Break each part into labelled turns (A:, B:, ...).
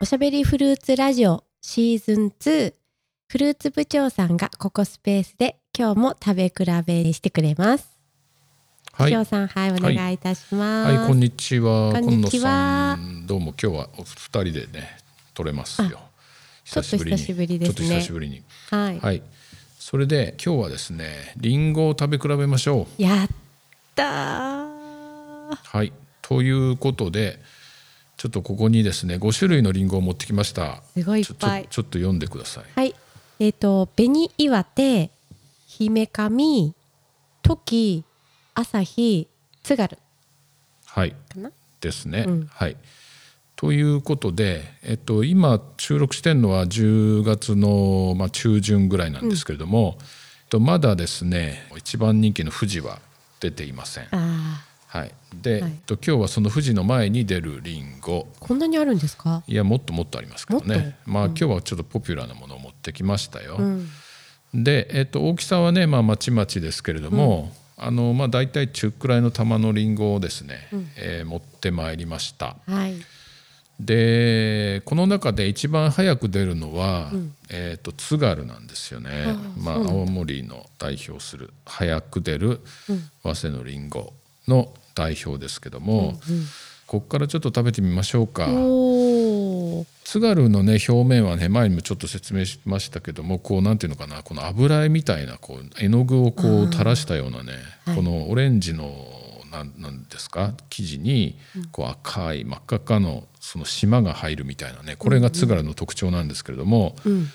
A: おしゃべりフルーツラジオシーズン2フルーツ部長さんがここスペースで今日も食べ比べしてくれます。
B: はい、
A: 部長さんはいお願いいたします。
B: はい、こんにちは。
A: こんにちは
B: 今野さんどうも今日はお二人でね、取れますよ。
A: ちょっと久しぶりですね
B: ちょっと久しぶりに。
A: はい
B: はい。それで今日はですね、リンゴを食べ比べましょう。
A: やったー。
B: はい。ということで、ちょっとここにですね、五種類のリンゴを持ってきました。
A: すごいいっぱい
B: ちょちょちょっと読んでください。
A: はい。えっ、と、紅岩手、姫神、トキ、朝日、津軽
B: はい。
A: かな。
B: ですね。
A: うん
B: はい。ということで、えっと、今収録してるのは10月の、まあ、中旬ぐらいなんですけれども、えっと、まだですね一番人気の富士は出ていません。
A: ああ、
B: はい、で、
A: はい
B: えっと、今日はその富士の前に出るリンゴ
A: こんなにあるんですか。
B: いやもっともっとありますけど
A: もっ
B: ね、まあ、今日はちょっとポピュラーなものを持ってきましたよ。
A: うん。
B: で、えっと、大きさはねまあまちまちですけれども、あのまあ、大体中くらいの玉のリンゴをですね、えー持ってまいりました。
A: はい。
B: でこの中で一番早く出るのは、えー、と津軽なんですよねまあ、青森の代表する早く出る早稲のりんごの代表ですけども、ここからちょっと食べてみましょうか。
A: おお。
B: 津軽のね表面はね前にもちょっと説明しましたけどもこうなんていうのかなこの油絵みたいなこう絵の具をこう垂らしたようなね、
A: はい
B: このオレンジのなんなんですか生地にこう赤い真っ赤っかのその島が入るみたいなねこれが津軽の特徴なんですけれども、
A: うん。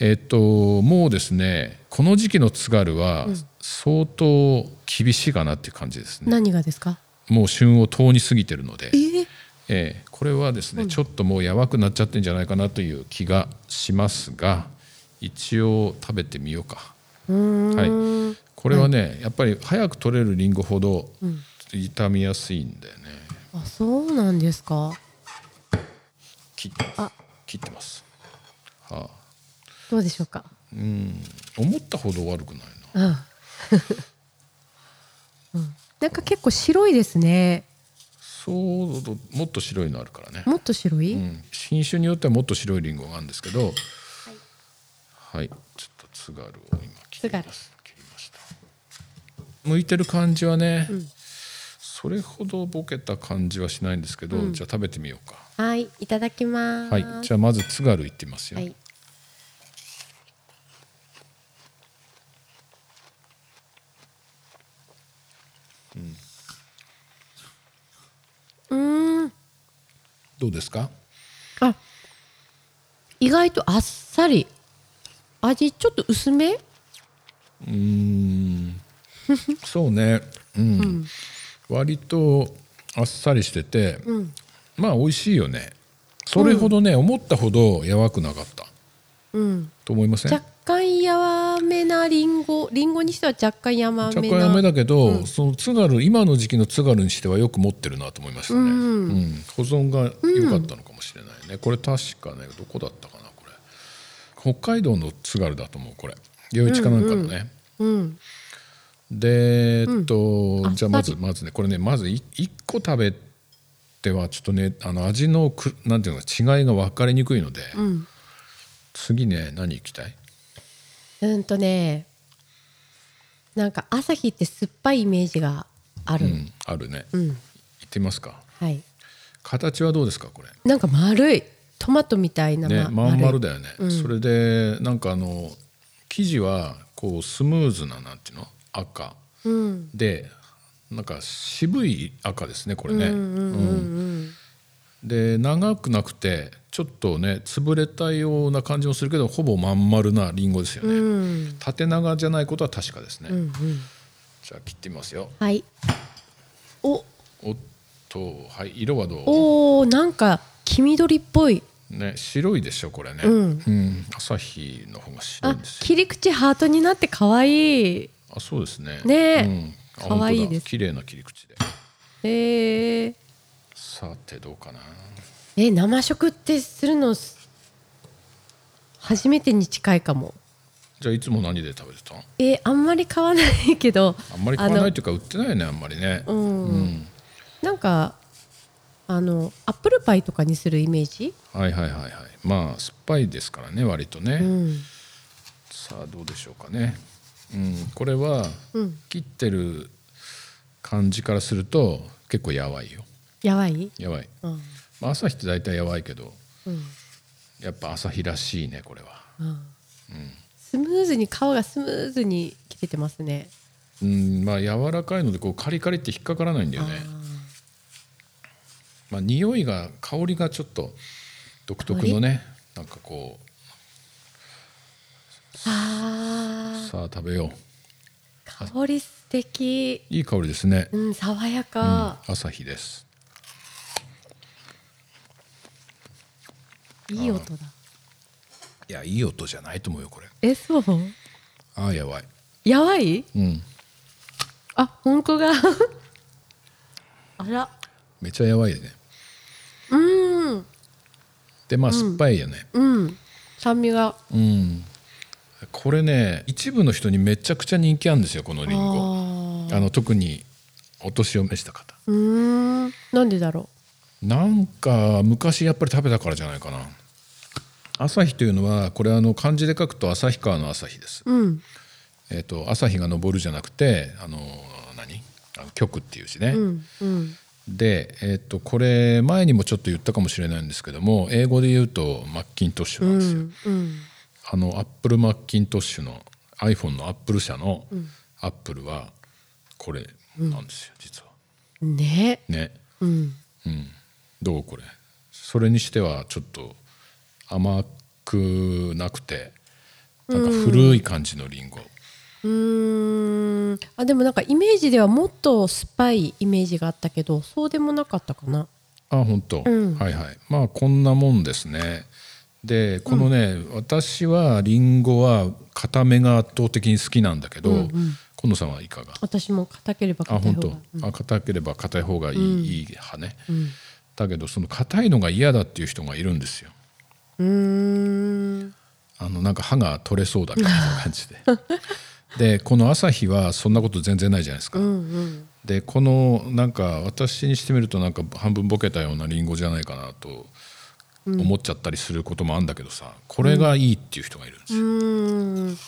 B: えっともうですねこの時期の津軽は相当厳しいかなっていう感じですね。
A: 何がですか。
B: もう旬を通り過ぎてるので。
A: え
B: ええ、これはですね、ちょっともうやばくなっちゃってんじゃないかなという気がしますが一応食べてみようか
A: うーん。
B: これはね、やっぱり早く取れるリンゴほど傷みやすいんだよね
A: あ、そうなんですか。
B: 切っ
A: あ
B: 切ってます、はあ、
A: どうでしょうか。
B: うん思ったほど悪くないな
A: うん。うんなんか結構白いですね。
B: そうもっと白いのあるからね、
A: もっと白い。
B: うん、品種によってはもっと白いリンゴがあるんですけどはい、ちょっと津軽を今切ります切りました剥いてる感じはね、それほどボケた感じはしないんですけど、じゃあ食べてみようか
A: はい、いただきます。
B: はいじゃあまず津軽いってみますよ、
A: はい。うん。ん。
B: どうですか
A: あ。意外とあっさり。味ちょっと薄め。
B: う ーんそうねうん、割とあっさりしてて、
A: ん
B: まあ美味しいよねそれほどね、思ったほどやわくなかった
A: うん。
B: と思いません
A: 若干やわめなリンゴ、リンゴにしては若干やわ
B: 若
A: め
B: 干
A: な。
B: やめだけど、
A: うん
B: その津軽今の時期の津軽にしてはよく持ってるなと思いましたね、
A: う
B: うんん保存が良かったのかもしれないね、これ確かねどこだったかなこれ北海道の津軽だと思うこれ余市かなんかのね、
A: うん。
B: でえっと、
A: あ
B: じゃあまず
A: さ
B: まずねこれねまずい一個食べてはちょっとねあの味のくなんていうのか違いが分かりにくいので、
A: うん。
B: 次ね何いきたい
A: うんとね。なんか朝日って酸っぱいイメージがあ
B: う
A: る。
B: んあるね、
A: うん、
B: いってみますか
A: はい。
B: 形はどうですかこれ
A: なんか丸い。トマトみたいな。
B: ね、
A: ま
B: まん丸
A: い。
B: だよね、それでなんかあの生地はこうスムーズななんていうの赤
A: うん。
B: でなんか渋い赤ですねこれ
A: うん
B: ね、
A: うんうんうん。
B: で長くなくてちょっとね潰れたような感じもするけどほぼまん丸なリンゴですよ
A: う
B: ね、
A: ん。
B: 縦長じゃないことは確かですね、
A: うんうん。
B: じゃあ切ってみますよ
A: はい。お、
B: おっとはい色はど
A: おお、なんか黄緑っぽい。
B: う、ね、白いでしょこれね、
A: うん
B: 朝日の方が白い
A: あ
B: んですよ、
A: 切り口ハートになって可愛い。
B: あそうですね。
A: ねえ
B: うん、
A: 可愛いです
B: す。綺麗な切り口で。
A: えー、
B: さてどうかな。
A: え、生食ってするの。す初めてに近いかも。
B: じゃあいつも何で食べてたの？
A: えー、あんまり買わないけど。
B: あんまり買わない
A: あ
B: というか売ってないよねあんまりね。
A: の。うん。
B: うん。
A: なんか。ああのアップルパイとかにするイメージ、
B: はいはいはいはいまあ酸っぱいですからね割とね、
A: うん
B: さあどうでしょうかね、うん、これは
A: うん、
B: 切ってる感じからすると結構やばいよ
A: やばい、
B: やばい、
A: うん
B: まあ、朝日って大体やばいけど
A: うん
B: やっぱ朝日らしいねこれは、
A: うん、スムーズに皮がスムーズに切れてますね
B: うん、まあ柔らかいのでこうカリカリって引っかからないんだよねまあ匂いが香りがちょっと独特のねなんかこう
A: あー
B: さあ食べよう
A: あー香り素敵
B: いい香りですね、
A: うん爽や
B: うん
A: か、
B: 朝日です
A: いい音だ
B: いやいい音じゃないと思うよこれ
A: えそう
B: ああやばい
A: やばい
B: うん
A: あ本当だあら
B: めちゃやばいね
A: うん
B: でまあ酸っぱいよね、
A: うん酸味が
B: うん、これね一部の人にめちゃくちゃ人気あるんですよこのリンゴ
A: あ
B: あの特にお年を召した方
A: ーうーんなんでだろ
B: なんか昔やっぱり食べたからじゃないかな朝日というのはこれあの漢字で書くと旭川の朝日です、
A: ううん
B: えっと朝日が昇るじゃなくてあの何あの極っていう字ね、
A: うんうん
B: で、えっとこれ前にもちょっと言ったかもしれないんですけども英語で言うとマッキントッシュ
A: う
B: なんですよ、
A: んうん
B: あのアップルマッキントッシュの iPhone のアップル社のアップルはこれなんですよ、実は
A: ね
B: ね
A: うん
B: うんどうこれそれにしてはちょっと甘くなくてなんか古い感じのリンゴ、
A: うーんあでもなんかイメージではもっと酸っぱいイメージがあったけどそうでもなかったかな
B: あ本当、
A: うん
B: はいはいまあこんなもんですねでこのね、私はリンゴは固めが圧倒的に好きなんだけど、
A: うんうん
B: 今野さんはいかが
A: 私も硬ければ
B: あ
A: 硬い
B: 本
A: 方が
B: 当、あ硬ければ硬い方がいい,、いい派ね、
A: ん
B: だけどその硬いのが嫌だっていう人がいるんですよ
A: うんうーん
B: あのなんか歯が取れそうだみたいな感じ ででこの朝日はそんなこと全然ないじゃないですか、
A: うんうん
B: でこのなんか私にしてみるとなんか半分ボケたようなリンゴじゃないかなと思っちゃったりすることもあるんだけどさこれがいいっていう人がいるんです
A: う
B: よ、
A: ーん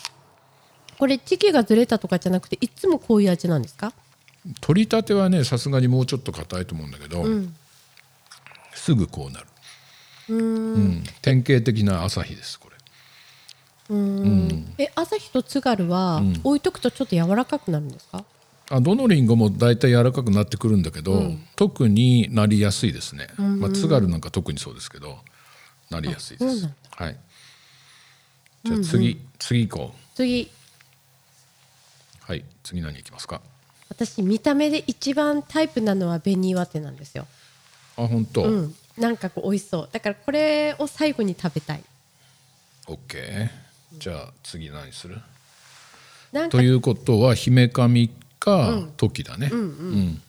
A: これ時期がずれたとかじゃなくていつもこういう味なんですか
B: 取りたてはねさすがにもうちょっと硬いと思うんだけど、
A: うん
B: すぐこうなる、
A: うー
B: うんん、典型的な朝日ですこれ
A: うーんえ朝日と津軽は
B: ん
A: 置いとくとちょっと柔らかくなるんですか
B: あどのリンゴも大体柔らかくなってくるんだけど、特になりやすいですね、まあ、津軽なんか特にそうですけどなりやすいで
A: あそう
B: す
A: なん
B: はいじゃあ次、次行こう
A: 次
B: はい次何いきますか
A: 私見た目で一番タイプなのは紅岩手なんですよ
B: あ本当、
A: うん、なんかこう美味しそうだからこれを最後に食べたい
B: オッケーじゃあ次何する
A: なんか
B: ということは姫神か時だね。うん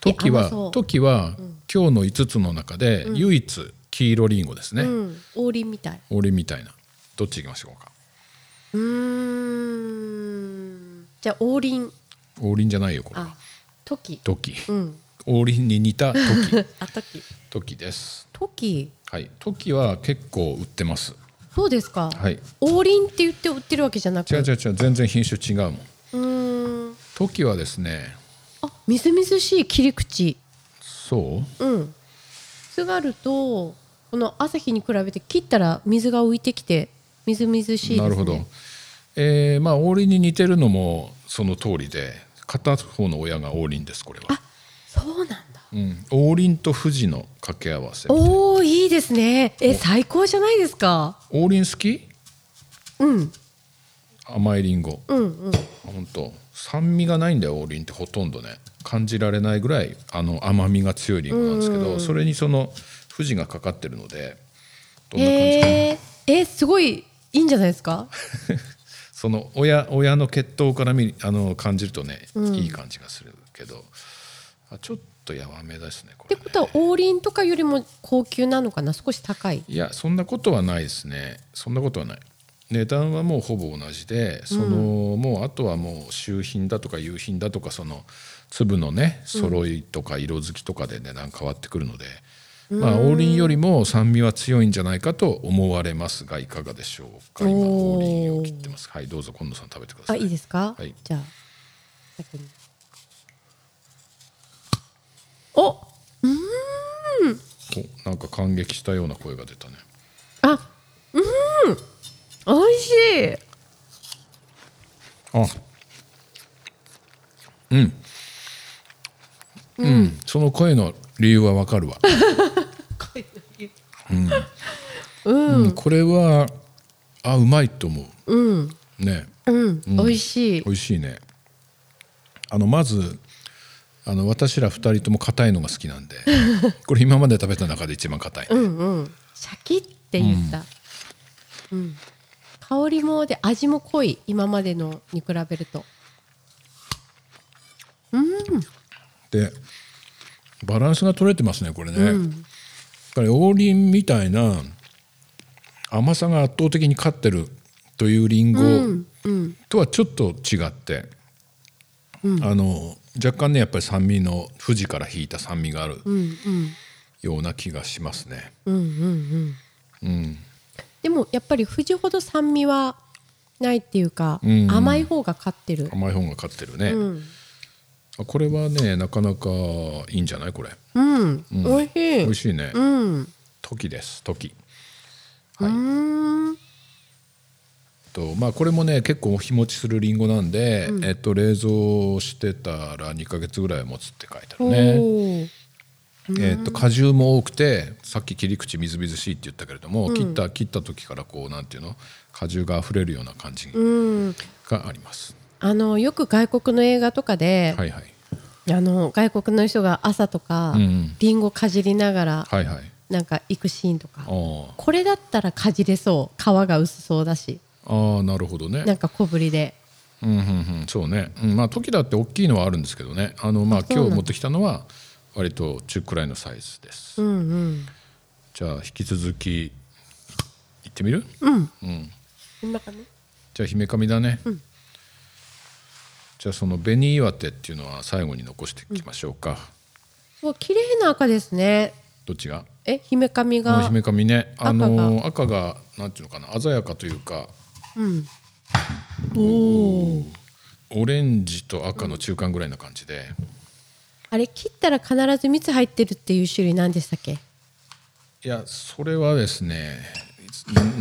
B: 時
A: 甘そ
B: は
A: う
B: 時は今日の5つの中で唯一黄色リンゴですね。
A: うん王林みたい
B: 俺みたいなどっち行きましょうか。
A: うーんじゃあ王林
B: 王林じゃないよこれは
A: あ。時
B: 時
A: うん
B: 王林に似た時
A: あ時
B: 時です。
A: 時
B: はい時は結構売ってます。
A: そうですか、
B: はい。
A: 王林って言って売ってるわけじゃなく
B: 違う違う違う全然品種違うもん。
A: うーん
B: 時はですね
A: あみずみずしい切り口
B: そう
A: うん津軽とこの朝日に比べて切ったら水が浮いてきてみずみずしいです、ね、
B: なるほど、えーまあ王林に似てるのもその通りで片方の親が王林ですこれは、
A: そうなんだ
B: うん、王林と富士の掛け合わせ王
A: おおいいですねえ最高じゃないですか
B: 林好き
A: うん
B: 甘いりんご
A: うんうん
B: 本当酸味がないんだよ王林ってほとんどね感じられないぐらいあの甘みが強いりんごなんですけどそれにその富士がかかってるのでどんな感じかな
A: へええすごいいいんじゃないですか
B: その親親の血統から見あの感じるとね、いい感じがするけどあちょっとやわめですねこ
A: っ
B: れ
A: て
B: ね
A: ことは王林とかよりも高級なのかな少し高い
B: いやそんなことはないですねそんなことはない値段はもうほぼ同じでその、もうあとはもう秋品だとか夕品だとかその粒のね揃いとか色づきとかで値段変わってくるので、まあ、王林よりも酸味は強いんじゃないかと思われますがいかがでしょうか今
A: おー
B: 王林を切ってますはいどうぞ今野さん食べてくだ
A: あ
B: さい
A: いいですか、
B: はい
A: じゃあ先にお
B: おなんか感激したような声が出たね
A: あうん美味しい
B: あうんうん、その声の理由はわか るわ、
A: うん
B: うんこれはあうまいと思
A: うん
B: うね
A: うん、美味しい
B: 美味しいねあのまずあの私ら2人とも硬いのが好きな んでこれ今まで食べた中で一番硬い、
A: うんうんシャキって言った、うん香りもで味も濃い今までのに比べると
B: でバランスが取れてますねこれね、だから王林みたいな甘さが圧倒的に勝ってるというリンゴ
A: うん
B: とはちょっと違って、あの若干ねやっぱり酸味の富士から引いた酸味がある
A: うんうん
B: ような気がしますね、
A: うんうんうん
B: うん、
A: でもやっぱり富士ほど酸味はないっていうか、
B: うん
A: 甘い方が勝ってる、
B: 甘い方が勝ってるね、
A: うん
B: あこれはねなかなかいいんじゃないこれ
A: うん、美味しい
B: 美味しいね、
A: うん
B: 時です時
A: うーん
B: とまあこれもね結構日持ちするリンゴなんで、えっと冷蔵してたら2ヶ月ぐらいは持つって書いてあるね、
A: ね。
B: えっと果汁も多くてさっき切り口みずみずしいって言ったけれども、切った切った時からこうなんていうの果汁が溢れるような感じ
A: うん。
B: があります、
A: あのよく外国の映画とかで、
B: はいはい
A: あの外国の人が朝とか、
B: うんうん
A: リンゴかじりながら、
B: はいはい
A: なんか行くシーンとか
B: あ。ー
A: これだったらかじれそう。皮が薄そうだし、
B: あーなるほどね
A: なんか小ぶりで。
B: うんうんうん、そうね、うん、まあ時だって大きいのはあるんですけどねあのまあ
A: そうな
B: 今
A: んだ
B: 日持ってきたのは割と中くらいのサイズです、
A: うんうん。
B: じゃあ引き続きい行ってみる
A: うん。
B: うん
A: こんな感じ。
B: じゃあ姫神だね、じゃあその紅岩手っていうのは最後に残していきましょうか、
A: そう綺麗な赤ですね。
B: どっちが
A: え、姫髪
B: この
A: が。
B: 姫神ねあ
A: 赤が
B: のー赤がなんていうのかな鮮やかというか
A: うん。おお。
B: オレンジと赤の中間ぐらいな感じで、
A: あれ切ったら必ず蜜入ってるっていう種類なんでしたっけ？
B: いやそれはですね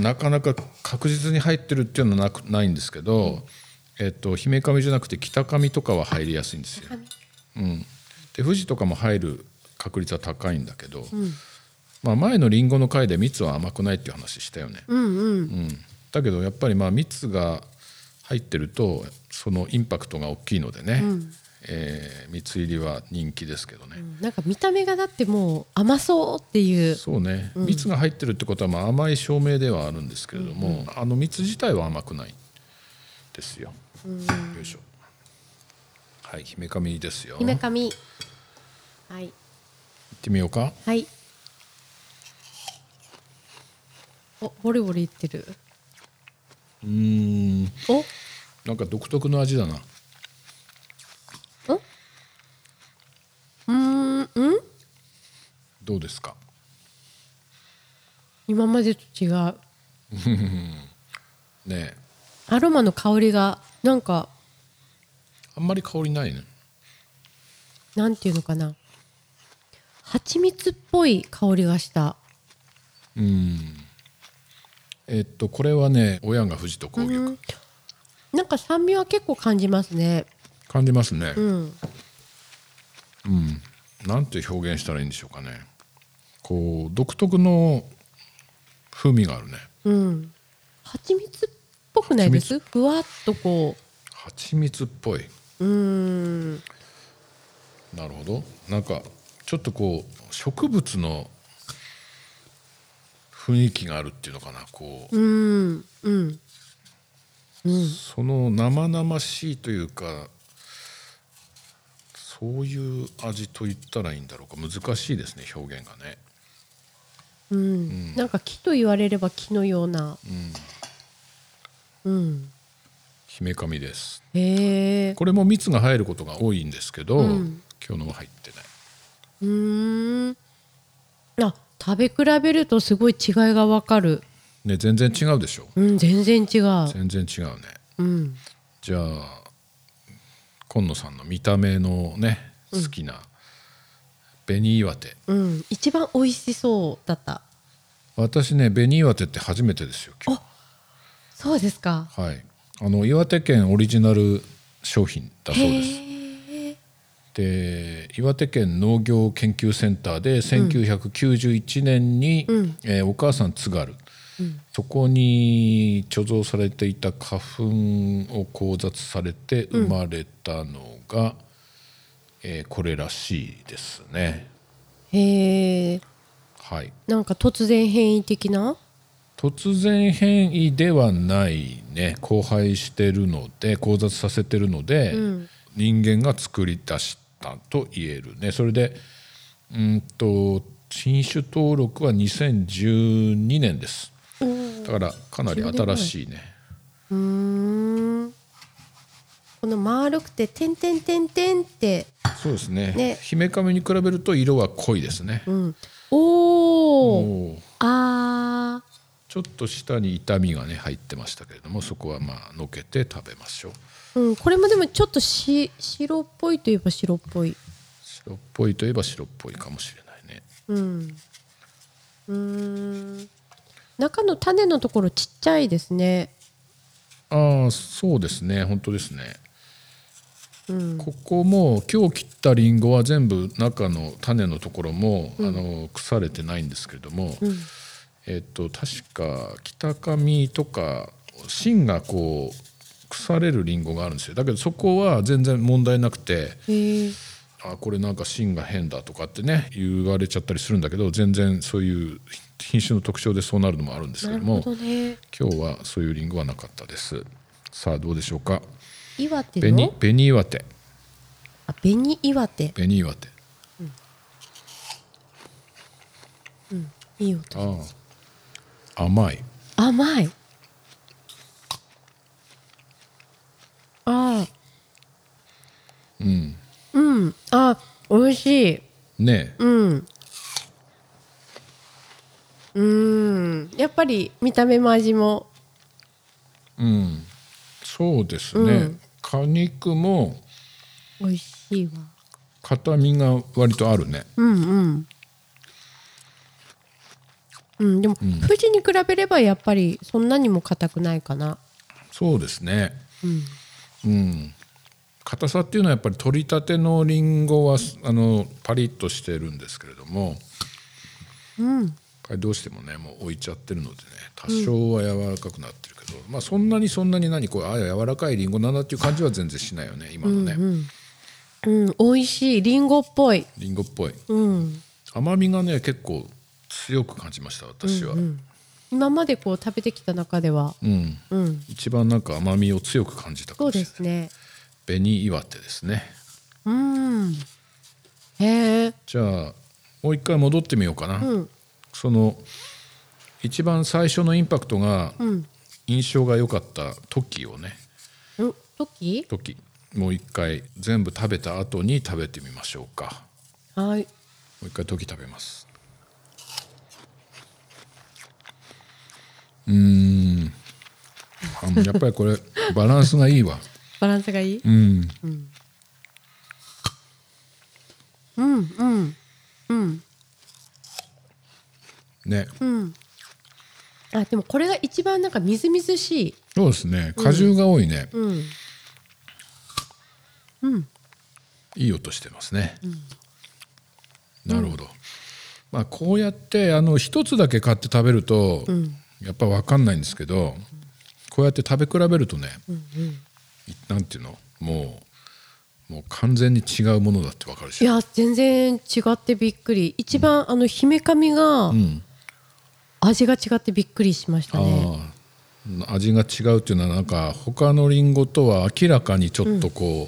B: なかなか確実に入ってるっていうのはなくないんですけど、えっと姫神じゃなくて北上とかは入りやすいんですよ。うん、で富士とかも入る確率は高いんだけど、まあ、前のリンゴの回で蜜は甘くないっていう話したよね。
A: うんうん。
B: うん、だけどやっぱりまあ蜜が入ってるとそのインパクトが大きいのでね、えー蜜入りは人気ですけどね。
A: なんか見た目がだってもう甘そうっていう。
B: そうね、蜜が入ってるってことはまあ甘い証明ではあるんですけれども、あの蜜自体は甘くないですよ。よいしょ。はい、姫神ですよ。
A: 姫
B: 行
A: 髪。はい。
B: ってみようか。
A: はい。お、ボリボリいってる。
B: うーん、
A: お、
B: なんか独特の味だな。
A: お。うーん、うん。
B: どうですか。
A: 今までと違う。
B: ねえ、
A: アロマの香りが、なんか、
B: あんまり香りないね。
A: なんていうのかな。蜂蜜っぽい香りがした。
B: うーん。えっとこれはね、親が富士と工業、
A: うん。なんか酸味は結構感じますね。
B: 感じますね。
A: うん。
B: うん、なんて表現したらいいんでしょうかね。こう独特の風味があるね。
A: うん。蜂蜜っぽくないです。ふわっとこ。
B: 蜂蜜っぽいう
A: うーん。
B: なるほどなんかちょっとこう植物の雰囲気があるっていうのかなこう、
A: うん。うん。
B: その生々しいというかそういう味と言ったらいいんだろうか難しいですね表現がね
A: うん、なんか木と言われれば木のような、うん。
B: 姫神です
A: へえ。
B: これも蜜が入ることが多いんですけど、
A: うん
B: 今日のは入ってないう
A: ーん。あ、食べ比べるとすごい違いがわかる。
B: ね全然違うでしょ
A: うん、全然違う。
B: 全然違うね
A: うん。
B: じゃあ今野さんの見た目のね好きな紅岩手、
A: うん、一番美味しそうだった。
B: 私ね紅岩手って初めてですよ今
A: そうですか。
B: 日はいあの岩手県オリジナル商品だそうです
A: へえ。
B: で岩手県農業研究センターで1991年に、
A: うん
B: えーお母さん津軽、
A: うん
B: そこに貯蔵されていた花粉を交雑されて生まれたのが、えーこれらしいですね。
A: へえ。
B: はい、
A: なんか突然変異的な。
B: 突然変異ではないね交配してるので交雑させてるので、
A: うん
B: 人間が作り出したと言えるねそれでうんと品種登録は2012年です
A: おー
B: だからかなり新しいね
A: うーん。この丸くて点点点点って。
B: そうですね
A: ね
B: 姫亀に比べると色は濃いですね、
A: うん。おお。
B: もう
A: ああ。
B: ちょっと下に痛みがね入ってましたけれどもそこはまあのけて食べましょう
A: うん、これもでもちょっとし白っぽいといえば白っぽい。
B: 白っぽいといえば白っぽいかもしれないね
A: うん。うーん。中の種のところちっちゃいですね。
B: ああそうですね本当ですね
A: うん。
B: ここも今日切ったりんごは全部中の種のところも、あの腐れてないんですけれども、
A: うん。
B: えっと確か北上とか芯がこう腐れるりんごがあるんですよだけどそこは全然問題なくて
A: へえ。
B: あこれなんか芯が変だとかってね言われちゃったりするんだけど全然そういう品種の特徴でそうなるのもあるんですけ
A: な
B: ど
A: るほ
B: も
A: どね。
B: 今日はそういうりんごはなかったですさあどうでしょうか
A: 岩手
B: 紅
A: の。
B: 紅岩手
A: あ、紅岩手。
B: 紅岩手
A: いい音。
B: ああ甘い
A: 甘い。ああ。
B: うん
A: うん。あ、美味しい。
B: ねえ
A: うん。うーん。やっぱり見た目も味も。
B: うんそうですね、
A: うん
B: 果肉も
A: 美味しいわ。
B: 硬みが割とあるね
A: うんうん。うん、でも、富士に比べればやっぱりそんなにも硬くないかな。
B: そうですね
A: うん。
B: うん硬さっていうのはやっぱり取りたてのりんごはあのパリッとしてるんですけれども
A: うん。
B: これどうしてもねもう置いちゃってるのでね多少は柔らかくなってるけど、まあそんなにそんなに何これあ柔らかいりんごだなっていう感じは全然しないよね今のね
A: うん、美味しい。リンゴっぽい。
B: り、んごっぽい
A: うん。
B: 甘みがね結構強く感じました私は、
A: 今までこう食べてきた中では。
B: うん
A: うん。
B: 一番なんか甘みを強く感じたか
A: そう
B: もしれ
A: で
B: ない
A: すね。
B: 紅岩手ですね
A: うん。へえ。
B: じゃあもう一回戻ってみようかな、
A: うん。
B: その一番最初のインパクトが
A: うん。
B: 印象が良かった時をね
A: うん。時。
B: 時もう一回全部食べた後に食べてみましょうか
A: はい。
B: もう一回時食べますうーんあのやっぱりこれバランスがいいわ
A: バランスがいい。
B: うん
A: うん。うん。うん。
B: ね
A: うん。あ、でも、これが一番なんかみずみずしい。
B: そうですね果汁が多いね、
A: うん。
B: いい音してますね、なるほど、まあこうやってあの一つだけ買って食べると、やっぱ分かんないんですけどこうやって食べ比べるとね、いなんていうのもうもう完全に違うものだって分かる
A: い
B: し
A: や、全然違ってびっくり。一番、あの、姫神が
B: ん。
A: 味が違ってびっくりしました
B: あ
A: ね。
B: あ味が違うっていうのはなんか他のリンゴとは明らかにちょっとこ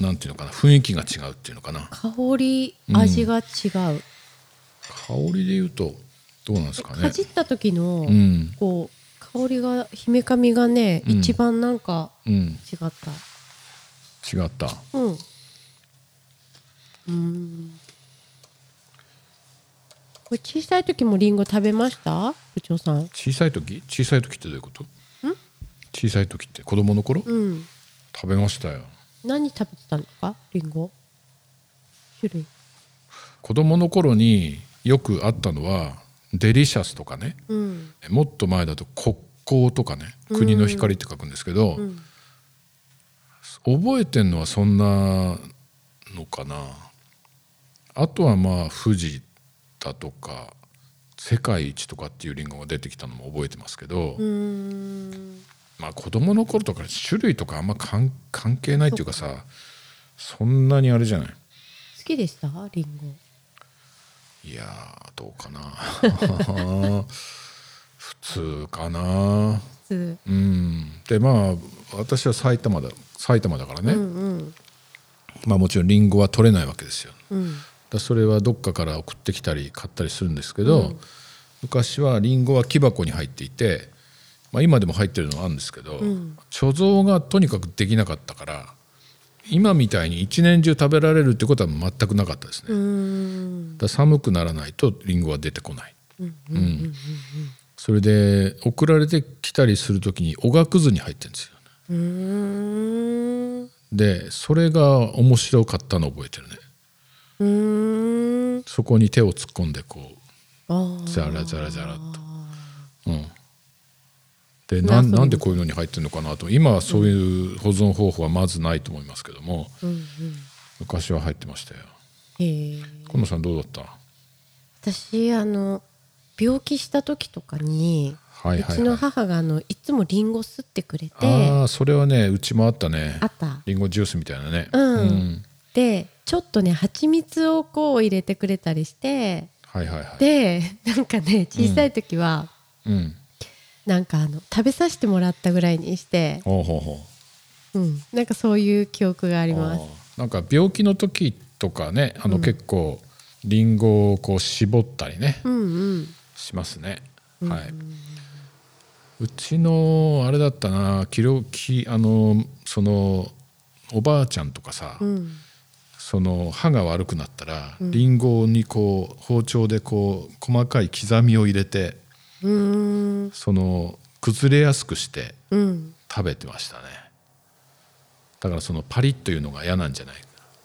B: う、なんていうのかな雰囲気が違うっていうのかな
A: 香り、味が違う。
B: 香りで言うとどうなんですかね
A: かじった時の。
B: うん
A: こう。香りが姫髪がね、
B: うん
A: 一番なんか
B: うん
A: 違った
B: 違った
A: うんうんこれ小さい時もリンゴ食べました部長さん
B: 小さい時小さい時ってどういうこと小さい時って子供の頃、
A: うん
B: 食べましたよ
A: 何食べてたのかリンゴ種類
B: 子供の頃によくあったのはデリシャスとかね
A: うん
B: もっと前だと国交とかね国の光って書くんですけど、
A: ん
B: 覚えてんのはそんなのかなあとはまあ富士だとか世界一とかっていうリンゴが出てきたのも覚えてますけど、
A: うん
B: まあ子供の頃とか種類とかあんま関関係ないっていうかさそんなにあれじゃない
A: 好きでしたリンゴ
B: いやーどうかな 普通かな
A: 普通
B: うんでまあ私は埼玉だ埼玉だからね、
A: うんうん
B: まあもちろんリンゴは取れないわけですよ
A: うん
B: だそれはどっかから送ってきたり買ったりするんですけど、昔はリンゴは木箱に入っていて、まあ、今でも入ってるのはあるんですけど、
A: ん
B: 貯蔵がとにかくできなかったから今みたいに一年中食べられるってことは全くなかったですね、
A: うーん
B: だから寒くならないとリンゴは出てこない、うんそれで送られてきたりする時におがくずに入ってるんですよ
A: うーん
B: でそれが面白かったのを覚えてるね
A: うーん
B: そこに手を突っ込んでこう
A: ああ
B: ザラザラザラっとうん、で
A: ま
B: な
A: あ
B: ん
A: そう
B: なんでこういうのに入ってるのかなと今はそういう保存方法はまずないと思いますけども、
A: うんうん
B: 昔は入ってましたよ
A: へえ
B: 今野さんどうだった
A: 私あの病気した時とかに、
B: はい
A: う
B: はい、
A: ちの
B: はい、
A: 母があのいつもリンゴ吸ってくれて
B: ああそれはねうちもあったね
A: あった
B: りんごジュースみたいなね
A: うん
B: ん
A: でちょっとね蜂蜜をこう入れてくれたりして
B: はいはいはい
A: でなんかね小さい時は、
B: うん
A: なんかあの食べさせてもらったぐらいにして、
B: ほうほうほう
A: うん、なんかそういう記憶があります。
B: あーなんか病気の時とかねあの結構りんごをこう絞ったりね、
A: うんうん
B: しますね。はい。うちのあれだったな、きろきあのそのおばあちゃんとかさ、
A: うん
B: その歯が悪くなったら、リンゴにこう包丁でこう細かい刻みを入れて、
A: うーん
B: その崩れやすくして
A: うん
B: 食べてましたね。だからそのパリッというのが嫌なんじゃない？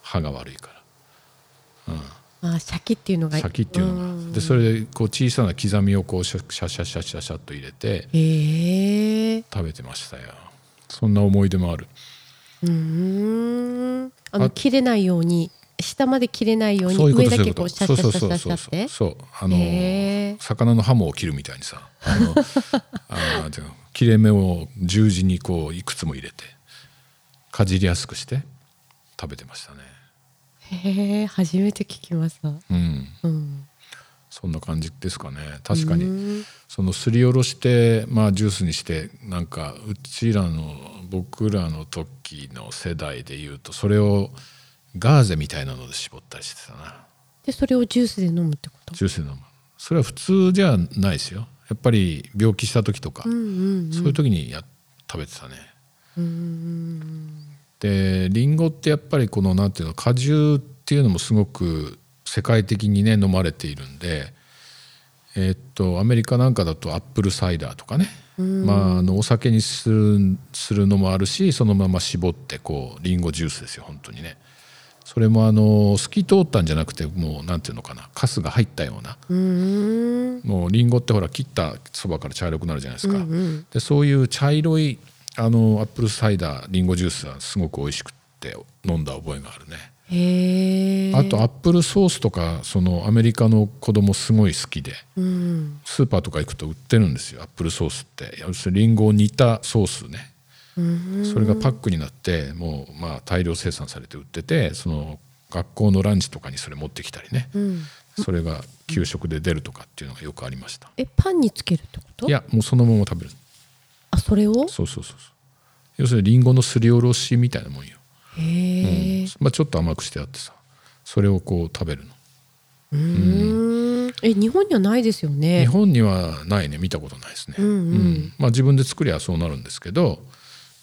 B: 歯が悪いから。
A: あーシャキっていうのが
B: 先っていうのがでそれでこう小さな刻みをこうシャシャシャシャシャシャっと入れて、
A: へえ
B: 食べてましたよそんな思い出もある
A: うーんあの
B: あ
A: 切れないように下まで切れないように
B: そういうこ
A: 上
B: とそう
A: だ
B: い
A: け
B: うこ
A: ことうシャ
B: そ
A: ッ
B: う
A: シ
B: そ
A: ャ
B: う
A: ッシャ
B: そ
A: ッシャッ
B: うそう
A: シャって
B: そうあの
A: へー
B: 魚のハモを切るみたいにさあ のあー違う切れ目を十字にこういくつも入れてかじりやすくして食べてましたね
A: へえ初めて聞きました
B: うん
A: うん
B: そんな感じですかね確か
A: う
B: に
A: ん
B: そのすりおろしてまあジュースにしてなんかうちらの僕らの時の世代でいうとそれをガーゼみたいなので絞ったりしてたな
A: でそれをジュースで飲むってこと
B: ジュースで飲むそれは普通じゃないですよやっぱり病気した時とか、
A: うんうん
B: そういう時にや食べてたね
A: うーん
B: でリンゴってやっぱりこのなんていうの果汁っていうのもすごく世界的にね飲まれているんでえーっとアメリカなんかだとアップルサイダーとかね、まあ、あのお酒にするするのもあるしそのまま絞ってこうリンゴジュースですよ本当にねそれもあの透き通ったんじゃなくてもうなんていうのかなカスが入ったような
A: うーん
B: もうリンゴってほら切ったそばから茶色くなるじゃないですか、
A: うんうん
B: でそういう茶色いあのアップルサイダーリンゴジュースはすごく美味しくって飲んだ覚えがあるね、
A: へえ
B: あとアップルソースとかそのアメリカの子供すごい好きで
A: うん
B: スーパーとか行くと売ってるんですよアップルソースって要するにリンゴを煮たソースね
A: うん
B: それがパックになってもうまあ大量生産されて売っててその学校のランチとかにそれ持ってきたりね、
A: うん
B: それが給食で出るとかっていうのがよくありました
A: えパンにつけるってこと
B: いやもうそのまま食べる
A: あそれを
B: そうそうそうそう要するにリンゴのすりおろしみたいなもんよ、
A: へえ
B: まあ、ちょっと甘くしてあってさそれをこう食べるの
A: うーんえ日本にはないですよね。
B: 日本にはないね見たことないですね、
A: うんうん
B: まあ、自分で作りゃそうなるんですけど、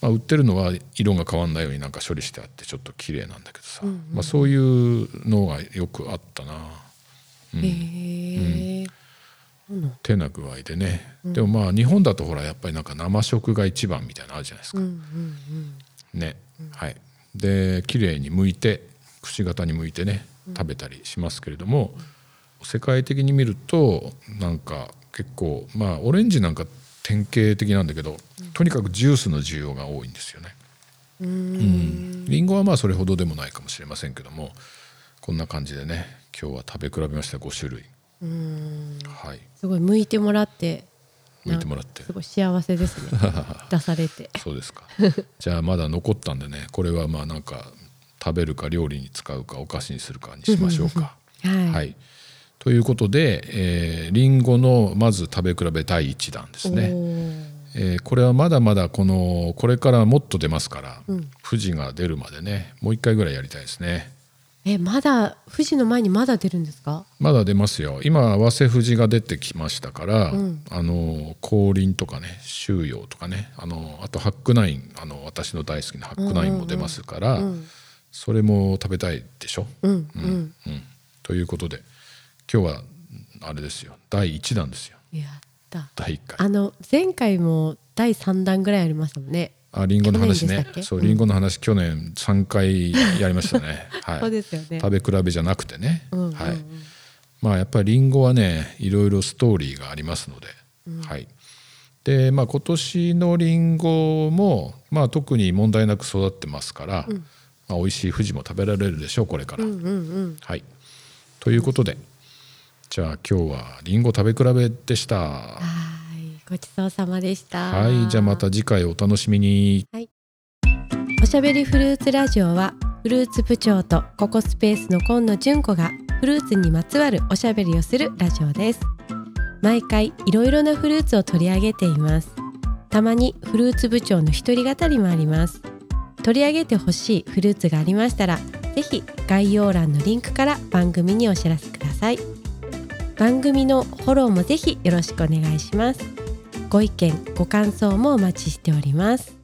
B: まあ、売ってるのは色が変わんないようになんか処理してあってちょっと綺麗なんだけどさ、
A: うんうん
B: まあ、そういうのがよくあったな、うん
A: へえ。そうなん
B: 手な具合でね、でもまあ日本だとほらやっぱりなんか生食が一番みたいなのあるじゃないです
A: う
B: か、
A: んうん
B: ね、はいで綺麗に剥いてくし形に剥いてね食べたりしますけれども、世界的に見るとなんか結構まあオレンジなんか典型的なんだけどとにかくジュースの需要が多いんですよね。
A: うん。う
B: うんん、リンゴはまあそれほどでもないかもしれませんけどもこんな感じでね今日は食べ比べました5種類
A: うん。
B: はい
A: すごい向いてもらって。
B: 剥いてもらって
A: すごい幸せですね。出されて。
B: そうですかじゃあまだ残ったんでねこれはまあなんか食べるか料理に使うかお菓子にするかにしましょうか。
A: はい。
B: はい、ということで、えー、リンゴのまず食べ比べ第1弾ですね、
A: お
B: えーこれはまだまだこのこれからもっと出ますから、
A: うん
B: 富士が出るまでねもう一回ぐらいやりたいですね
A: ーえまだ富士の前にまだ出るんですか。
B: まだ出ますよ今合わせ富士が出てきましたから、
A: うん
B: あの降臨とかね周洋とかねあのあとハックナインあの私の大好きなハックナインも出ますから、
A: うん
B: それも食べたいでしょ、
A: うんうん。
B: うん、ということで今日はあれですよ第1弾ですよ
A: やった。
B: 第1回
A: あの前回も第三弾ぐらいありましたもんね。
B: あリンゴの
A: 去
B: 話
A: 年でし
B: ね
A: たっけ
B: そう
A: うん
B: リンゴの話、去年3回やりましたね、はい、
A: そうですよね。
B: 食べ比べじゃなくてね、
A: うんうんうん
B: はいまあやっぱりリンゴはねいろいろストーリーがありますので、はいでまあ今年のリンゴもまあ特に問題なく育ってますから、まあ、美味しい富士も食べられるでしょうこれから、
A: うんうんうん。
B: はいということでじゃあ今日はリンゴ食べ比べでした
A: はい、ごちそうさまでした。
B: はいじゃあまた次回お楽しみに
A: おしゃべりフルーツラジオはフルーツ部長とココスペースの今野純子がフルーツにまつわるおしゃべりをするラジオです毎回いろいろなフルーツを取り上げていますたまにフルーツ部長の一人語りもあります取り上げてほしいフルーツがありましたらぜひ概要欄のリンクから番組にお知らせください番組のフォローもぜひよろしくお願いしますご意見ご感想もお待ちしております